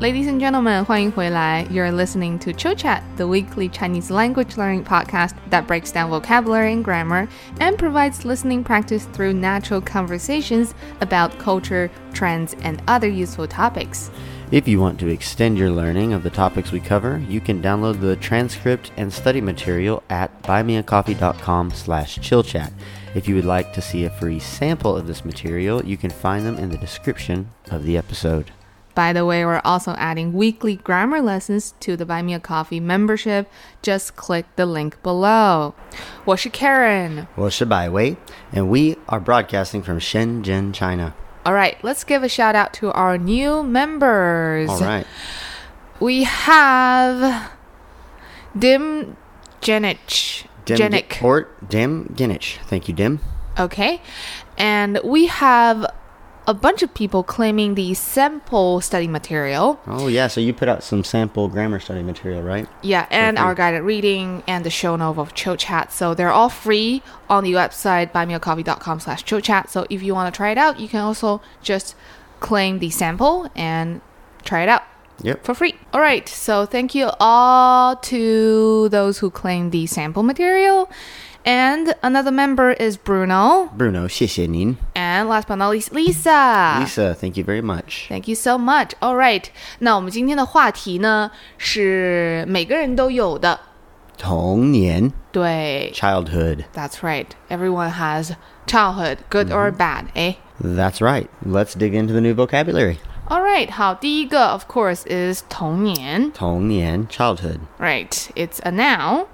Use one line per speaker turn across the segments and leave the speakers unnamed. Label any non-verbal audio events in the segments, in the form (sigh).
Ladies and gentlemen, 欢迎回来。You're listening to Chill Chat, the weekly Chinese language learning podcast that breaks down vocabulary and grammar and provides listening practice through natural conversations about culture, trends, and other useful topics.
If you want to extend your learning of the topics we cover, you can download the transcript and study material at buymeacoffee.com slash chillchat. If you would like to see a free sample of this material, you can find them in the description of the episode.
By the way, we're also adding weekly grammar lessons to the Buy Me a Coffee membership. Just click the link below. 我是 Karen.
我是百威, and we are broadcasting from Shenzhen, China.
All right, let's give a shout out to our new members.
All right.
We have Dim Jenic. Jenic.
Or Dim Ginich. Thank you, Dim.
Okay. And we have a bunch of people claiming the sample study material.
Oh, yeah, so you put out some sample grammar study material, right?
Yeah, and
free.
our guided reading and the show note of Chill Chat. So they're all free on the website buymeacoffee.com slash chill chat. So if you want to try it out, you can also just claim the sample and try it out
Yep.
for free. All right. So thank you all to those who claimed the sample material. And another member is Bruno.
Bruno, 谢谢您.
And last but not least, Lisa.
Lisa, thank you very much.
Thank you so much. All right，那我们今天的话题呢是每个人都有的，
童年,
对
childhood.
，That's right. Everyone has childhood, good or bad. eh? 哎
That's right. Let's dig into the new vocabulary.
，All right，好，第一个 of course is 童年
童年, childhood.
，right? It's a noun.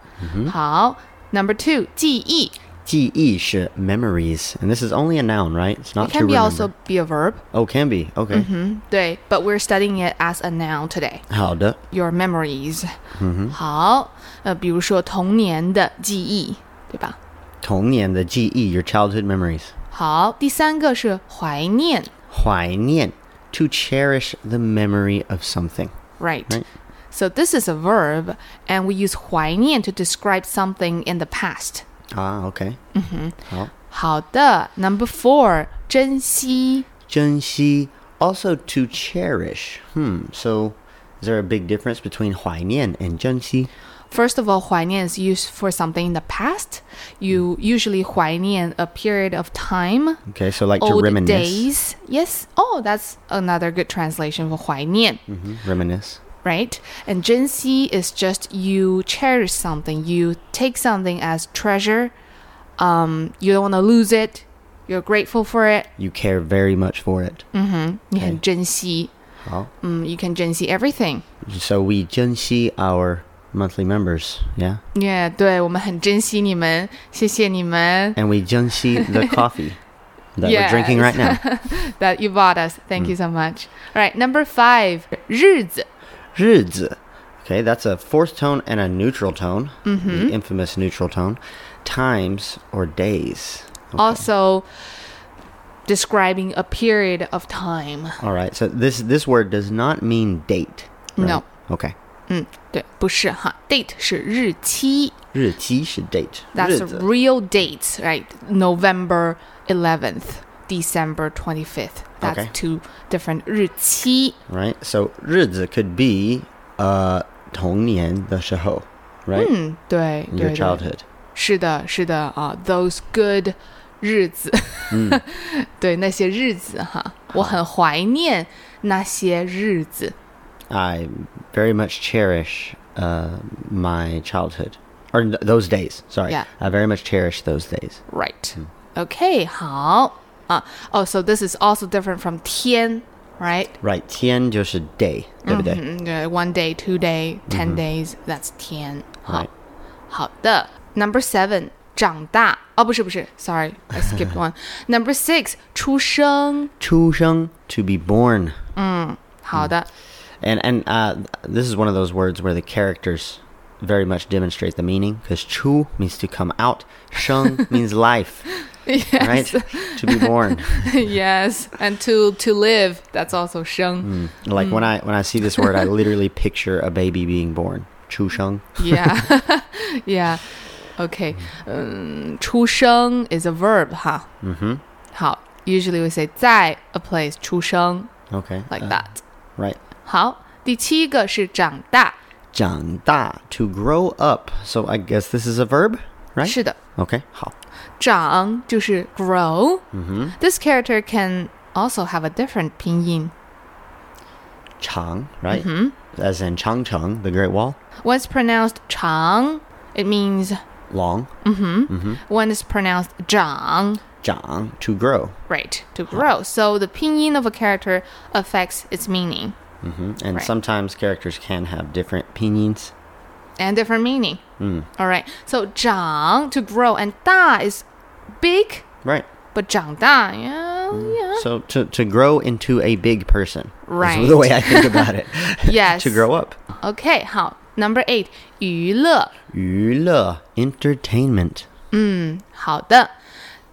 好，number two，记忆
记忆是 memories, and this is only a noun, right? It's not
It
to
can be
remember.
also Mm-hmm. be a verb.
oh, can be. Okay.
嗯，对，but we're studying it as a noun today.
好的,
Your memories.
Mm-hmm.
好，呃，比如说童年的记忆，对吧？
童年的记忆, your childhood memories.
好，第三个是怀念
怀念, to cherish the memory of something.
，right?
Right.
So this is a verb, and we use 怀念 to describe something in the past.
Ah, okay.
Mm-hmm.
好。
好的，Number four，珍惜
珍惜, also to cherish. Hmm. So, is there a big difference between 怀念 and 珍惜?
First of all, 怀念 is used for something in the past. You usually 怀念 a period of time.
Okay, so like to
Old
reminisce.
days. Yes. Oh, that's another good translation for 怀念
Mhm, Reminisce.
right? And 珍惜 is just you cherish something, you take something as treasure. Um, you don't want to lose it. You're grateful for it.
You care very much for it.
你很珍惜。
好。
Mm, you can 珍惜 everything.
So we 珍惜 our monthly members, yeah?
Yeah, 对，我们很珍惜你们，谢谢你们 (laughs)
And we 珍惜 the coffee that
Yes. (laughs)
we're drinking right now.
that you bought us. Thank
Mm.
you so much. All right, number five, 日子
日子. Okay, that's a fourth tone and a neutral tone,
Mm-hmm.
the infamous neutral tone. Times or days.
also describing a period of time.
All right, so this this word does not mean date. right?
No.
Okay.
嗯，对，不是哈，date 是日期。
日期 should date.
That's
日子.
real dates, right? November 11th, December 25th. That's
Okay.
two different 日期.
right? So 日子 could be uh 童年的时候, right?
Hmm. 对,
Your childhood.
是的，是的啊、uh, those good 日子， (laughs) 对那些日子哈，我很怀念那些日子。
I very much cherish uh, my childhood. Or th- those days, sorry.
Yeah.
I very much cherish those days.
Right. Okay, 好啊。Oh, so this is also different from 天, right?
Right, 天就是 day, 对不对?
Mm, uh, one day, two day, ten days. That's 天。好
Mm-hmm. Right.
好的，Number seven，长大哦，不是不是，Sorry，I skipped
(laughs)
one。Number six，出生。
出生 to be born.
好的，
And and uh, this is one of those words where the characters very much demonstrate the meaning because chu means to come out,
(laughs)
sheng means life, right? To be born.
yes，and to to live，that's also 生。
Hmm. Like when I when I see this
(laughs)
Mm. (laughs) word, I literally picture a baby being born. Chu sheng.
Yeah，yeah。 Okay.
Mm.
嗯，出生 is a verb 哈。
Mm-hmm.
好，usually we say 在 a place 出生
Okay.
like
uh,
that。
Right.
好，第七个是长大，
长大 to grow up. So I guess this is a verb, right?
是的，
Okay. 好。
长就是 grow。
Mm-hmm.
This character can also have a different 拼音。
Chang, right?
Mm-hmm.
As in Changcheng, the Great Wall.
One's pronounced 长 it means
Long.
Mm. one is pronounced 长
Chang to grow.
right to grow. So the pinyin of a character affects its meaning
hmm And
Right.
sometimes characters can have different pinyin.
and different meaning.
Mm.
All right. So 长 to grow and 大 is big,
Right.
but 长大 yeah, yeah.
So to, to grow into a big person. is
Right.
the way I think about it.
(laughs)
(laughs)
Yes.
to grow up.
Okay, 好，Number eight，娱乐。
娱乐 entertainment.
好的。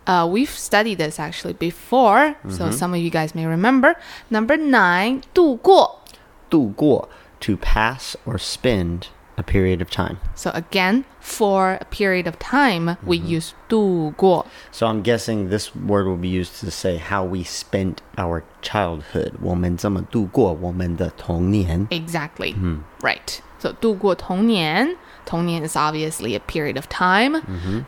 Uh, we've studied this actually before, so some of you guys may remember. Number nine, 度过。
度过 to pass or spend a period of time.
So again, for a period of time, we use 度过。
So I'm guessing this word will be used to say how we spent our childhood. 我们怎么度过我们的童年.
Exactly. Right. So 度过童年，童年 is obviously a period of time.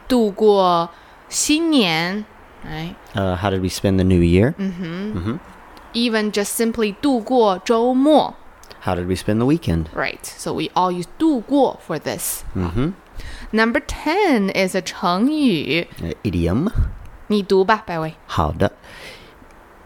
度过新年，right?
Uh, how did we spend the new year?
Even just simply 度过周末。
How did we spend the weekend?
Right. So we all use 度过 for this. Number ten is a 成语，
Uh, idiom.
你读吧，百威。
好的，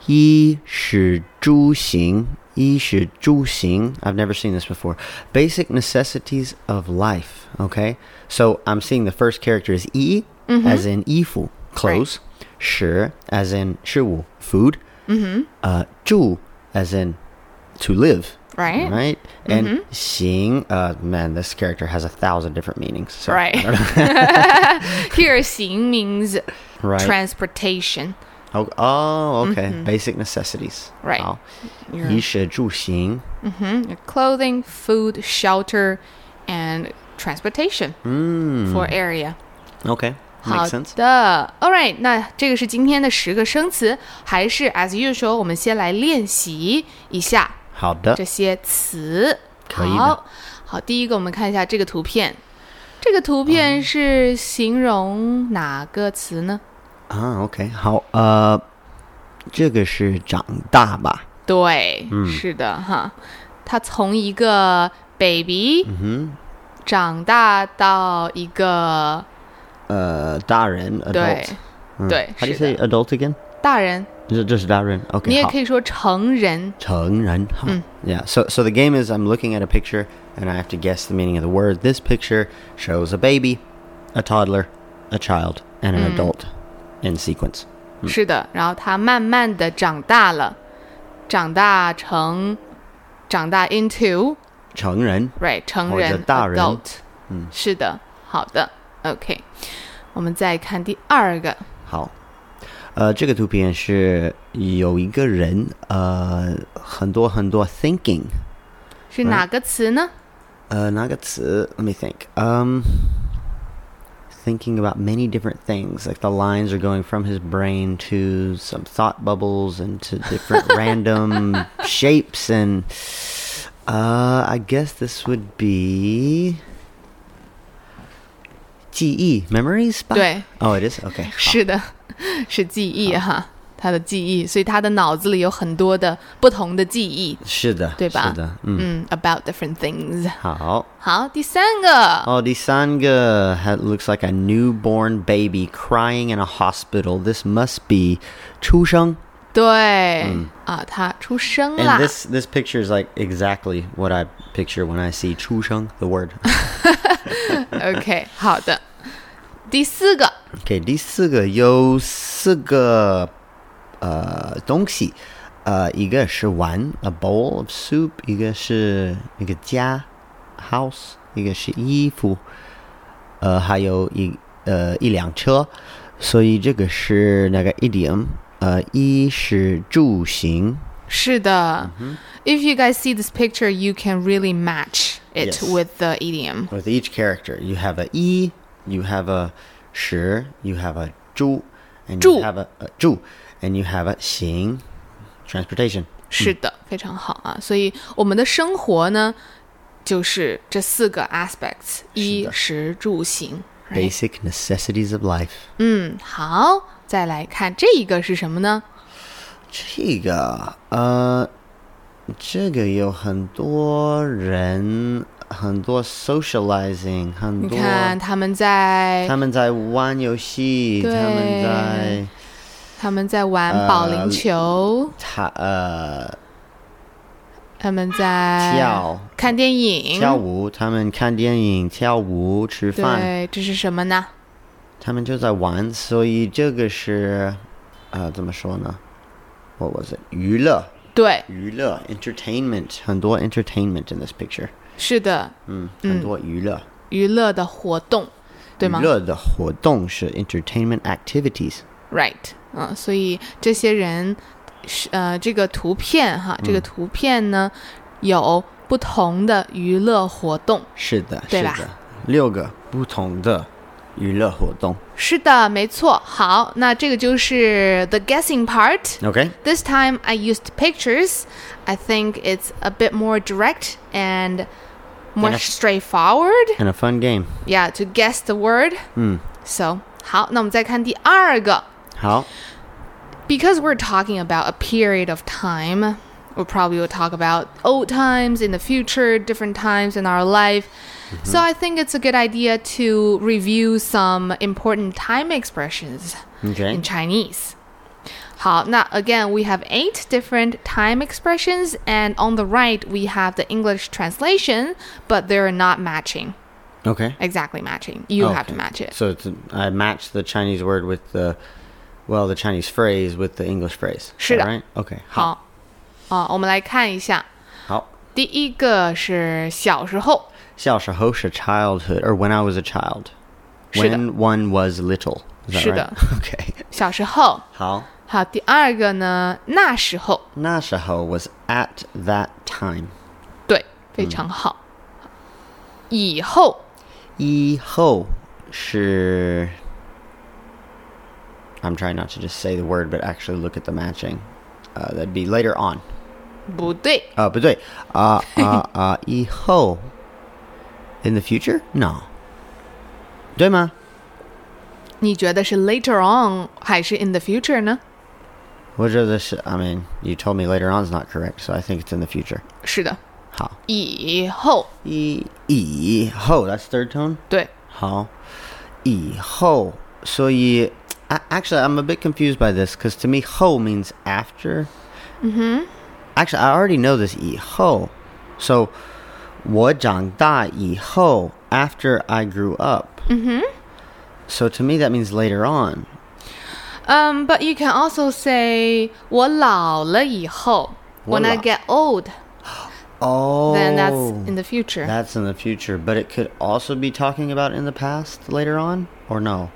衣食住行，衣食住行. I've never seen this before. Basic necessities of life. Okay, so I'm seeing the first character is e,
Mm-hmm.
as in 衣服, clothes. 食 as in 食物, food. Mm-hmm. Uh, 住 as in to live.
Right. Mm-hmm.
Right. And 行, uh, man, this character has a thousand different meanings. So
Right. (laughs) Here, 行 means
Right.
transportation.
Oh, oh, okay. Basic necessities.
Mm-hmm. Right.
好。
Your-
衣食住行.
Mhm, your clothing, food, shelter, and transportation for area.
Okay.
好
Mm. Makes sense.
的，All right，那这个是今天的十个生词，还是 as usual，我们先来练习一下这些词。
可以的
好，好，第一个我们看一下这个图片，这个图
嗯
片是形容哪个词呢？
Ah, 好的啊，OK，好，呃，这个是长大吧？
对，
嗯
是的哈，他从一个 baby
嗯
长大到一个
呃，大人 adult，嗯
对对，
How
是
do you say
的，
adult again?
大人，你也可以说成人。
这这是大人。OK，好，成人哈。Yeah. So so the game is I'm looking at a picture and I have to guess the meaning of the word. This picture shows a baby, a toddler, a child, and
Mm.
an adult in sequence.
是的，然后他慢慢的长大了，长大成，长大 into right 成
或
人
者哦大人
adult，嗯，是的，好的，OK，我们再看第二个，
好，呃，这个图片是有一个人，呃，很多很多 thinking，
是哪个词呢？
呃，哪个词？Let me think. Um, thinking about many different things. Like the lines are going from his brain to some thought bubbles and to
(laughs)
different random shapes. And uh, I guess this would be. 记忆 memories 吧？
对
，Oh, it is okay. 好
是的， (laughs) 是记忆哈，他的记忆，所以他的脑子里有很多的不同的记忆，
是的，
对吧？
是的，
嗯
嗯，
，about different things。
好。
好，第三个
Oh, Disanga ha- looks like a newborn baby crying in a hospital. This must be Chusheng.
对啊，他出生
嗯
(laughs)
And
啦。
this this picture is like exactly what I picture when I see Chusheng, the word.
OK，好的。第四个
okay, 第四个有四个呃东西，呃，一个是碗 a bowl of soup, 一个是一个家 house, 一个是衣服，呃，还有一呃一辆车，所以这个是那个 idiom，呃，衣食住行。
是的。If
嗯
you guys see this picture, you can really match it
Yes. 嗯
with the idiom.
With each character, you have a e, You have a 十, you have a 猪, and
住.
you have a, a 住, and you have a 行, transportation.
是的，非常好啊。所以我们的生活呢，就是这四个 aspects：衣食住行。right？
Basic necessities of life.
嗯，好，再来看这一个是什么呢？
这个，呃，这个有很多人，很多 socializing，很
你
多啊
看他们在
他们在玩游戏，他
对
们在
他们在
呃
玩保龄球，
他呃
他们在
跳
看电影
跳舞，他们看电影、跳舞、吃饭，
对，这是什么呢？
他们就在玩，所以这个是，呃，怎么说呢？What was it？娱乐，
对，
娱乐，entertainment，很多 entertainment in this picture，
是的，
嗯，很多娱乐。
娱乐的活动，对吗
娱乐的活动是 entertainment activities，
？Right，嗯，所以这些人是呃，这个图片
嗯
哈，这个图片呢、有不同的娱乐活动。
是的，
对
是
吧
的，六个不同的娱乐活动。
是的，没错。好，那这个就是 the guessing part。
OK，
This time I used pictures. I think it's a bit more direct and more
Yes.
straightforward.
and a fun game。
Yeah, to guess the word.
嗯，
So 好，那我们再看第二个。
好，
Because we're talking about a period of time, we probably will talk about old times in the future, different times in our life. So I think it's a good idea to review some important time expressions
OK，
in Chinese. 好，那 again we have eight different time expressions, and on the right we have the English translation, but they're not matching
OK。
exactly matching. You have to
Okay.
match it.
So it's, I match the Chinese word with the, well, the Chinese phrase with the English phrase.
是的。
All right. OK，好，
好，啊，我们来看一下，
好。
第一个是小时候，
小时候是 childhood or when I was a child,
是的。
when one was little. Is that
是的。
right? (laughs) OK，
小时候。好，第二个呢，那时候，
好。那时候 was at that time.
对，非常好。以后，
以后是 I'm trying not to just say the word, but actually look at the matching. Uh, that'd be later on.
不对，
Uh, 不对. Uh, uh, uh, 以后 in the future? No. 对吗?
你觉得是 later on 还是 in the future 呢？
我觉得是- I mean, you told me later on is not correct, so I think it's in the future.
是的，
好.
以后，
以-以后, that's third tone?
对，
好，以后，所以 I, actually I'm a bit confused by this because to me 后 means after. Mm-hmm. Actually, I already know this 以后. So 我长大以后 after I grew up. Mm-hmm. So to me that means later on.
Um, but you can also say 我老了以后
我
when I
老
get old,
Oh.
then that's in the future.
that's in the future, but it could also be talking about in the past later on or no?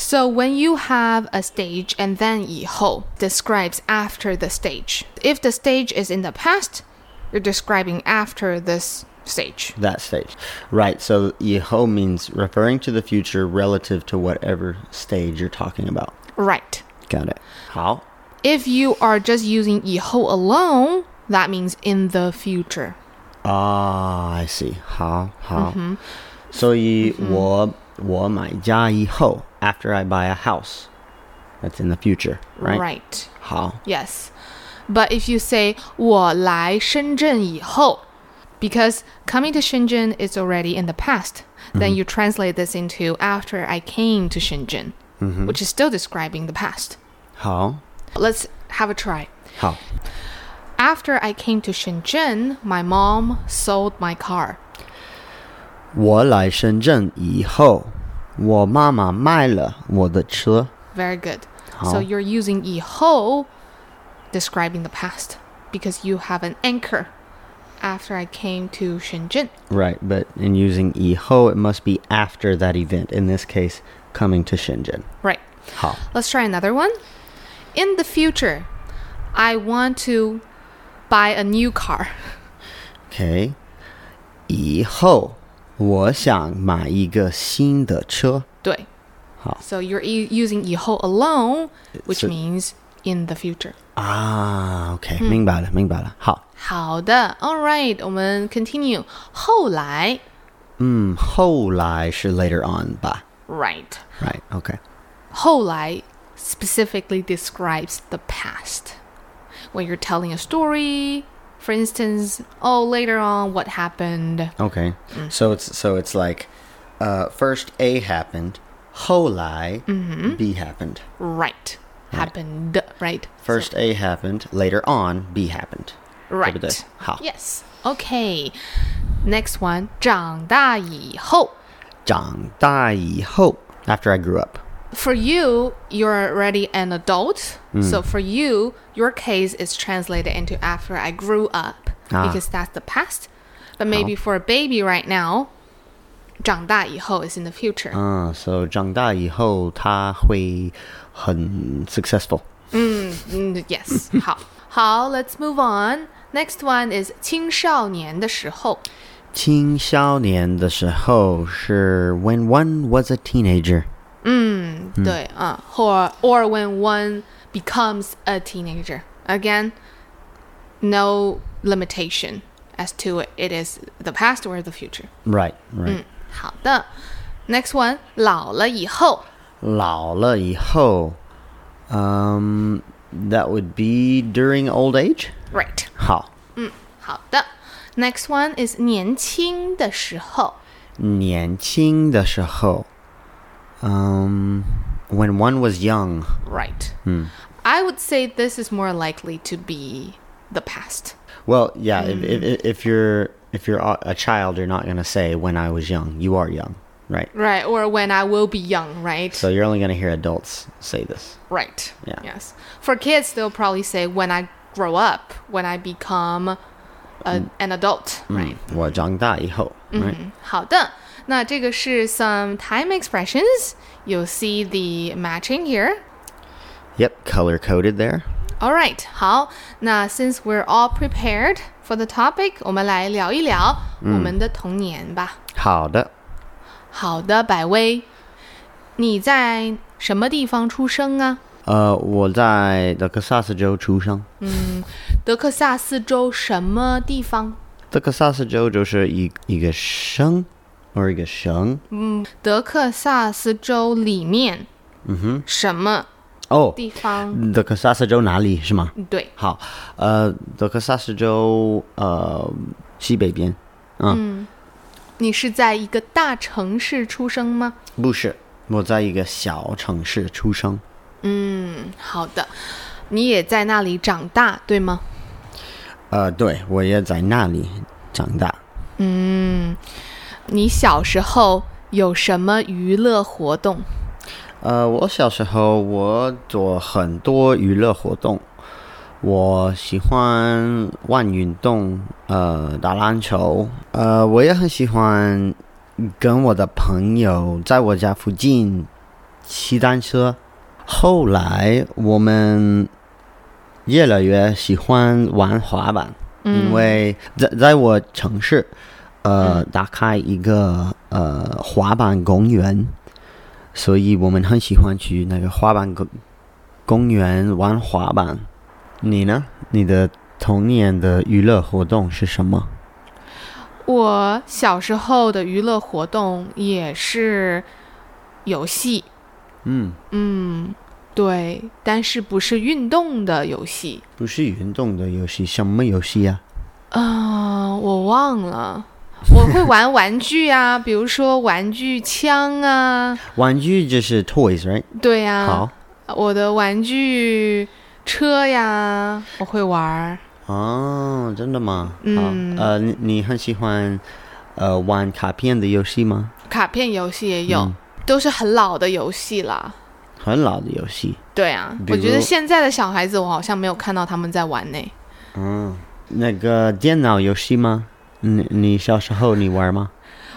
So when you have a stage and then 以后 describes after the stage. If the stage is in the past, you're describing after this stage.
That stage. Right, so 以后 means referring to the future relative to whatever stage you're talking about.
Right.
Got it. How?
If you are just using 以后 alone, that means in the future.
Ah, I see. How? How? So you, mm after I buy a house. That's in the future, right?
right.
How?
Yes. But if you say 我来深圳以后 because coming to Shenzhen is already in the past, then you translate this into after I came to Shenzhen, which is still describing the past.
How?
Let's have a try.
How?
After I came to Shenzhen, my mom sold my car.
我来深圳以后，我妈妈卖了我的车。
Very good. So
How?
you're using 以后 describing the past because you have an anchor. After I came to Shenzhen.
Right, but in using 以后, it must be after that event. In this case, coming to Shenzhen.
Right.
好
Let's try another one. In the future, I want to (laughs) buy a new car.
，OK。以后我想买一个新的车。
对。
好。
So you're u- using 以后 alone, which
是
means in the future. Ah,
啊，OK，、明 Hmm. 白了，明白了。好，
好的，All right，我们 continue。后来
嗯，Hmm, 后来是 later on 吧
，right，
，right？OK，、
后来 specifically describes the past. When you're telling a story, for instance, oh, later on, what happened?
Okay.
Hmm.
So it's so it's like uh, first A happened, ho lai
Mm-hmm.
B happened.
Right. Happened, right?
First A happened, later on B happened.
So,
对不对
right.
好
Yes. Okay. Next one. 长大以后.
Zhang dai ho after I grew up.
For you, you're already an adult. So for you, your case is translated into after I grew up
Ah.
because that's the past. But maybe for a baby right now, 长大以后 is in the future.
Uh, so Zhang dai ho ta hui hun successful.
Mm, yes. 好，好，Let's move on. Next one is 青少年的时候。
Qing xiao nian the ho sure when one was a teenager.
对，啊，或- or when one becomes a teenager. Again, no limitation as to it, it is the past or the future.
Right,
Mm.
right.
好的，next one 老了以后
Lao le ho. Um that would be during old age?
right.
好。
好的，next one is 年轻的时候
年轻的时候，um, when one was young.
right. I would say this is more likely to be the past.
Well, yeah. If, if, if you're if you're a a child, you're not gonna say when I was young. You are young, right?
Right, or when I will be young, right?
So you're only gonna hear adults say this.
Right.
Yeah.
Yes. For kids, they'll probably say, when I grow up, when I become a, an adult.
Mm.
Right. Mm-hmm.
我长大以后, right?
好的，那这个是 some time expressions. You'll see the matching here.
Yep, color coded there.
All right. 好，那 since we're all prepared for the topic, 我们来聊一聊我们的童年吧。好的，百威，你在什么地方出生啊？
"Uh, 好的，呃，我在德克萨斯州出生。德克萨斯州就是一一
德
个
克萨斯州什么地方？
省 or 一个省。
德克萨斯州里面，嗯哼，什么
哦，
地方？
德克萨斯州哪里是吗？
对，
好，呃，德克萨斯州呃西北边，嗯，
你是在一个大城市出生吗？
不是，我在一个小城市出生。
嗯，好的，你也在那里长大，对吗？
呃，对，我也在那里长大。
你小时候有什么娱乐活动？
呃，我小时候我做很多娱乐活动，我喜欢玩运动，呃，打篮球，呃，我也很喜欢跟我的朋友在我家附近骑单车。后来我们越来越喜欢玩滑板，因为在在我城市，呃，打开一个呃滑板公园。所以我们很喜欢去那个滑板公公园玩滑板。你呢？你的童年的娱乐活动是什么？
嗯我小时候的娱乐活动也是游戏，
嗯，
嗯，对，但是不是运动的游戏。
不是运动的游戏，什么游戏呀、
啊、我忘了，我会玩玩具啊， (laughs) 比如说玩具枪啊，
玩具就是 toys，right？、
对呀、
好
我的玩具车呀，我会玩儿。
哦，真的吗？好
嗯
呃，你你很喜欢呃玩卡片的游戏吗？
卡片游戏也有，
嗯
都是很老的游戏啦。
很老的游戏。
对啊，
比
我觉得
如
现在的小孩子，我好像没有看到他们在玩呢。
嗯，那个电脑游戏吗？你你小时候你玩吗？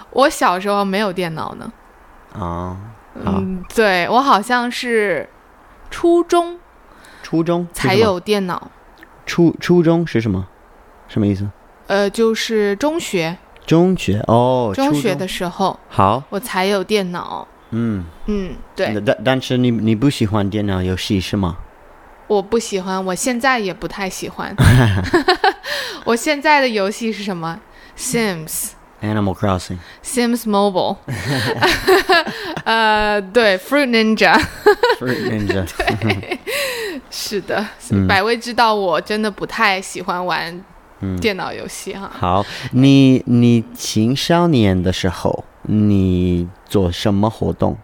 我小时候没有电脑呢，
啊、好，
嗯，对我好像是初中
初中是
才
什么
有电脑，
初初中是什么？什么意思？
呃，就是中学
中学哦，
中
初
学的时候
好，
我才有电脑。
嗯，
嗯，对，
但但是你你不喜欢电脑游戏是吗？
我不喜欢，我现在也不太喜
(laughs)
欢。我现在的游戏是什么？Sims。(laughs)
Animal Crossing，
Sims
(laughs)
Mobile，呃，对，Fruit Ninja， (laughs)
Fruit Ninja，
是的，
嗯
百味之道我真的不太喜欢玩
嗯
电脑游戏哈。
好，你你青少年的时候，你做什么活动？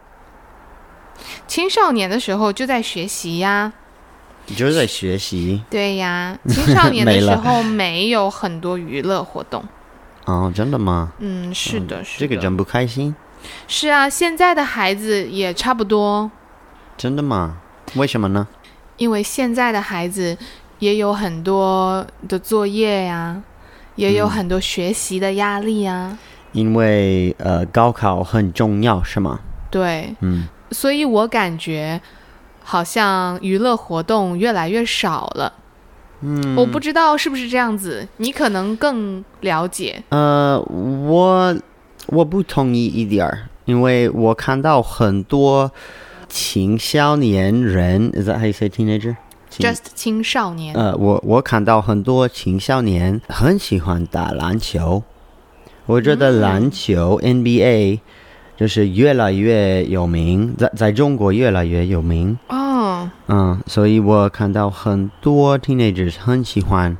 青少年的时候就在学习呀，
就是在学习
对
(laughs)
呀，青少年的
没
时
了
候没有很多娱乐活动。
哦，真的吗？
嗯，是的，是
这个
的
真不开心，
是啊，现在的孩子也差不多，
真的吗？为什么呢？
因为现在的孩子也有很多的作业呀，也有
嗯
很多学习的压力呀，
因为呃，高考很重要是吗？
对。
嗯，
所以我感觉好像娱乐活动越来越少了。嗯，我不知道是不是这样子，你可能更了解。
呃，我我不同意一点儿，因为我看到很多青少年人，is that how you say teenager？青
Just 青少年，
呃，我我看到很多青少年很喜欢打篮球，我觉得篮球、NBA 就是越来越有名，在在中国越来越有名。
哦，
嗯，所以我看到很多 teenagers 很喜欢，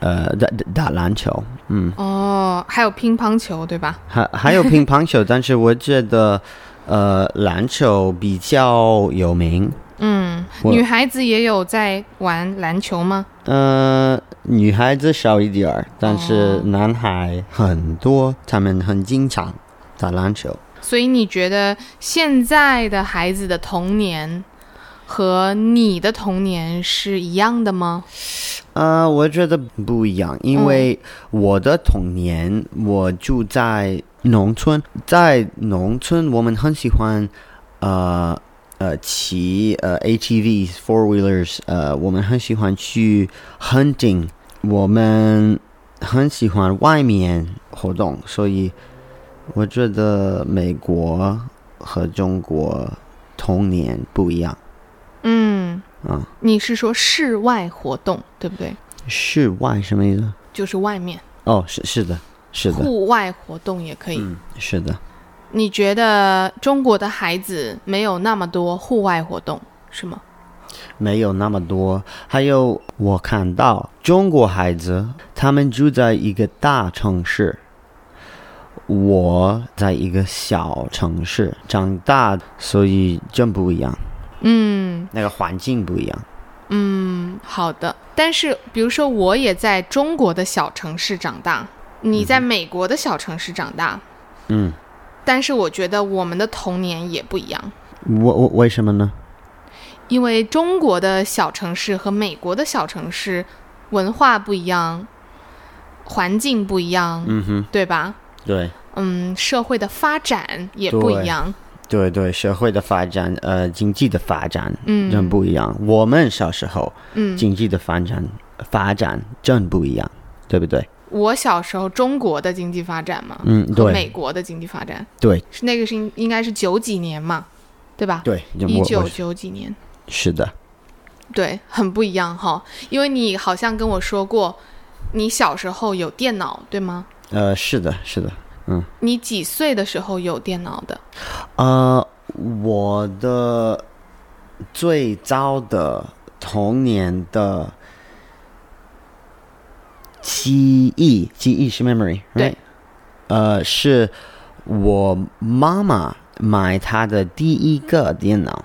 呃，打打打篮球。嗯，
哦，还有乒乓球，对吧？
还还有乒乓球，但是我觉得，呃，篮球比较有名。
嗯，
我
女孩子也有在玩篮球吗？
呃，女孩子少一点儿，但是
哦
男孩很多，他们很经常打篮球。
所以你觉得现在的孩子的童年和你的童年是一样的吗？
呃，我觉得不一样，因为我的童年我住在农村，在农村我们很喜欢，呃呃骑呃 ATVs four wheelers，呃我们很喜欢去 hunting，我们很喜欢外面活动，所以我觉得美国和中国童年不一样
嗯，
啊、
你是说室外活动，对不对？
室外什么意思？
就是外面。
哦，是是的，是的，
户外活动也可以。
嗯，是的。
你觉得中国的孩子没有那么多户外活动是吗？
没有那么多。还有，我看到中国孩子他们住在一个大城市，我在一个小城市长大，所以真不一样，
嗯
那个环境不一样。
嗯，好的。但是比如说，我也在中国的小城市长大，你在美国的小城市长大，
嗯，
但是我觉得我们的童年也不一样。
我我为什么呢？
因为中国的小城市和美国的小城市文化不一样，环境不一样，
嗯哼，
对吧？
对
嗯，社会的发展也不
对
一样。
对对，社会的发展，呃，经济的发展
嗯，
真不一样。我们小时候
嗯，
经济的发展发展真不一样，对不对？
我小时候中国的经济发展嘛，
嗯，
和
对
美国的经济发展
对
是那个是应应该是九几年嘛，对吧？
对，
一
我
九
我
九几年，
是的。
对，很不一样哈。因为你好像跟我说过，你小时候有电脑对吗？
呃，是的，是的，
你几岁的时候有电脑的？
呃，我的最早的童年的记忆，记忆是 memory，
对
right？呃，是我妈妈买她的第一个电脑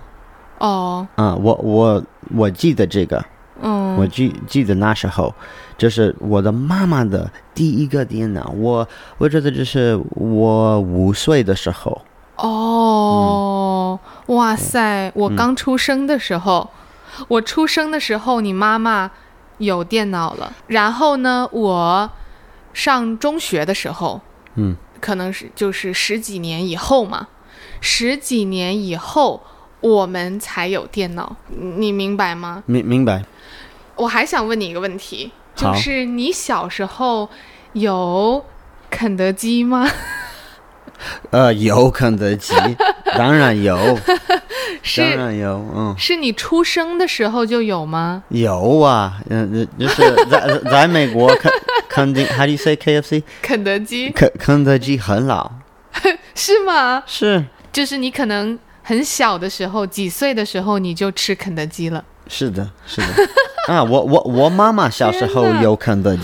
哦，
啊、我我我记得这个，
嗯，
我记记得那时候，这是我的妈妈的第一个电脑，我我觉得这是我五岁的时候。
哦，
嗯
哇塞！我刚出生的时候，我出生的时候，你妈妈有电脑了。然后呢，我上中学的时候，
嗯，
可能是就是十几年以后嘛，十几年以后我们才有电脑，你明白吗？
明明白，
我还想问你一个问题，就
好
是你小时候有肯德基吗？
呃，有肯德
(laughs)
基，当然有，当
是
然有，嗯，
是你出生的时候就有吗？
有啊，嗯，就是 (laughs) 在在美国肯肯定，How do you say KFC？
肯德基
肯肯德基很老，
是吗？
是
就是你可能很小的时候，几岁的时候你就吃肯德基了。
是的，是的。 (laughs) 啊，我我我妈妈小时候
天哪
有肯德基，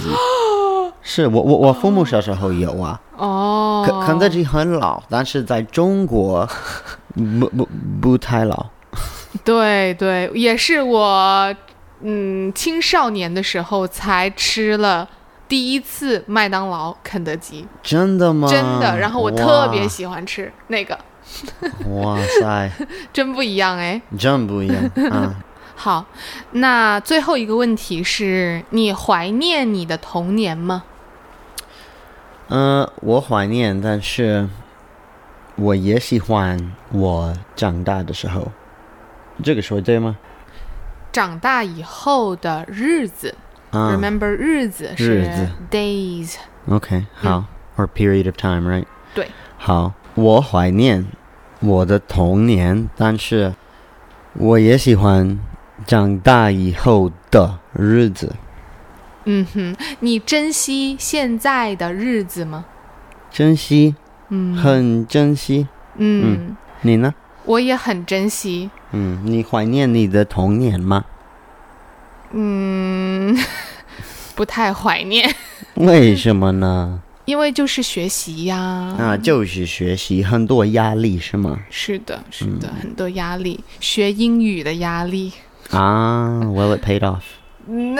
是我我我父母小时候有啊。
哦，
肯肯德基很老，但是在中国
(laughs)
不不不太老。
对对，也是我嗯青少年的时候才吃了第一次麦当劳、肯德基，
真的吗？
真的。然后我特别喜欢吃那个，
哇。哇塞，
真不一样哎。
真不一样
(laughs)
啊！
好，那最后一个问题是你怀念你的童年吗？
嗯、我怀念，但是我也喜欢我长大的时候。这个说对吗？
长大以后的日子、
啊
r e m e m b e r 日子
日
是
子
days，
，OK，好、o r period of time，right？
嗯对，
好，我怀念我的童年，但是我也喜欢长大以后的日子。
嗯哼，你珍惜现在的日子吗？
珍惜，
嗯
很珍惜。
嗯，
你呢？
我也很珍惜。
嗯，你怀念你的童年吗？
嗯，不太怀念， (laughs)
为什么呢？
因为就是学习呀。
啊，就是学习很多压力是吗？
是的，是的，很多压力，学英语的压力。 (laughs)
啊，Well it paid off。
嗯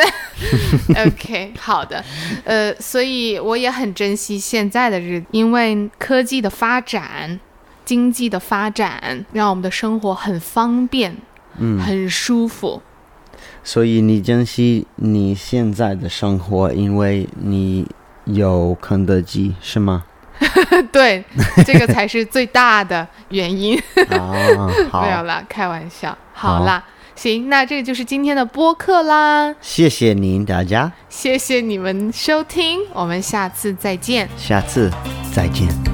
，OK，好的，呃，所以我也很珍惜现在的日子，因为科技的发展、经济的发展，让我们的生活很方便，
嗯，
很舒服。 (laughs)
所以你珍惜你现在的生活，因为你有肯德基是吗？
对，这个才是最大的原因。 (laughs)
啊，好
没，有啦，开玩笑。好啦，行，那这就是今天的播客啦，
谢谢您，大家，
谢谢你们收听，我们下次再见。
下次再见。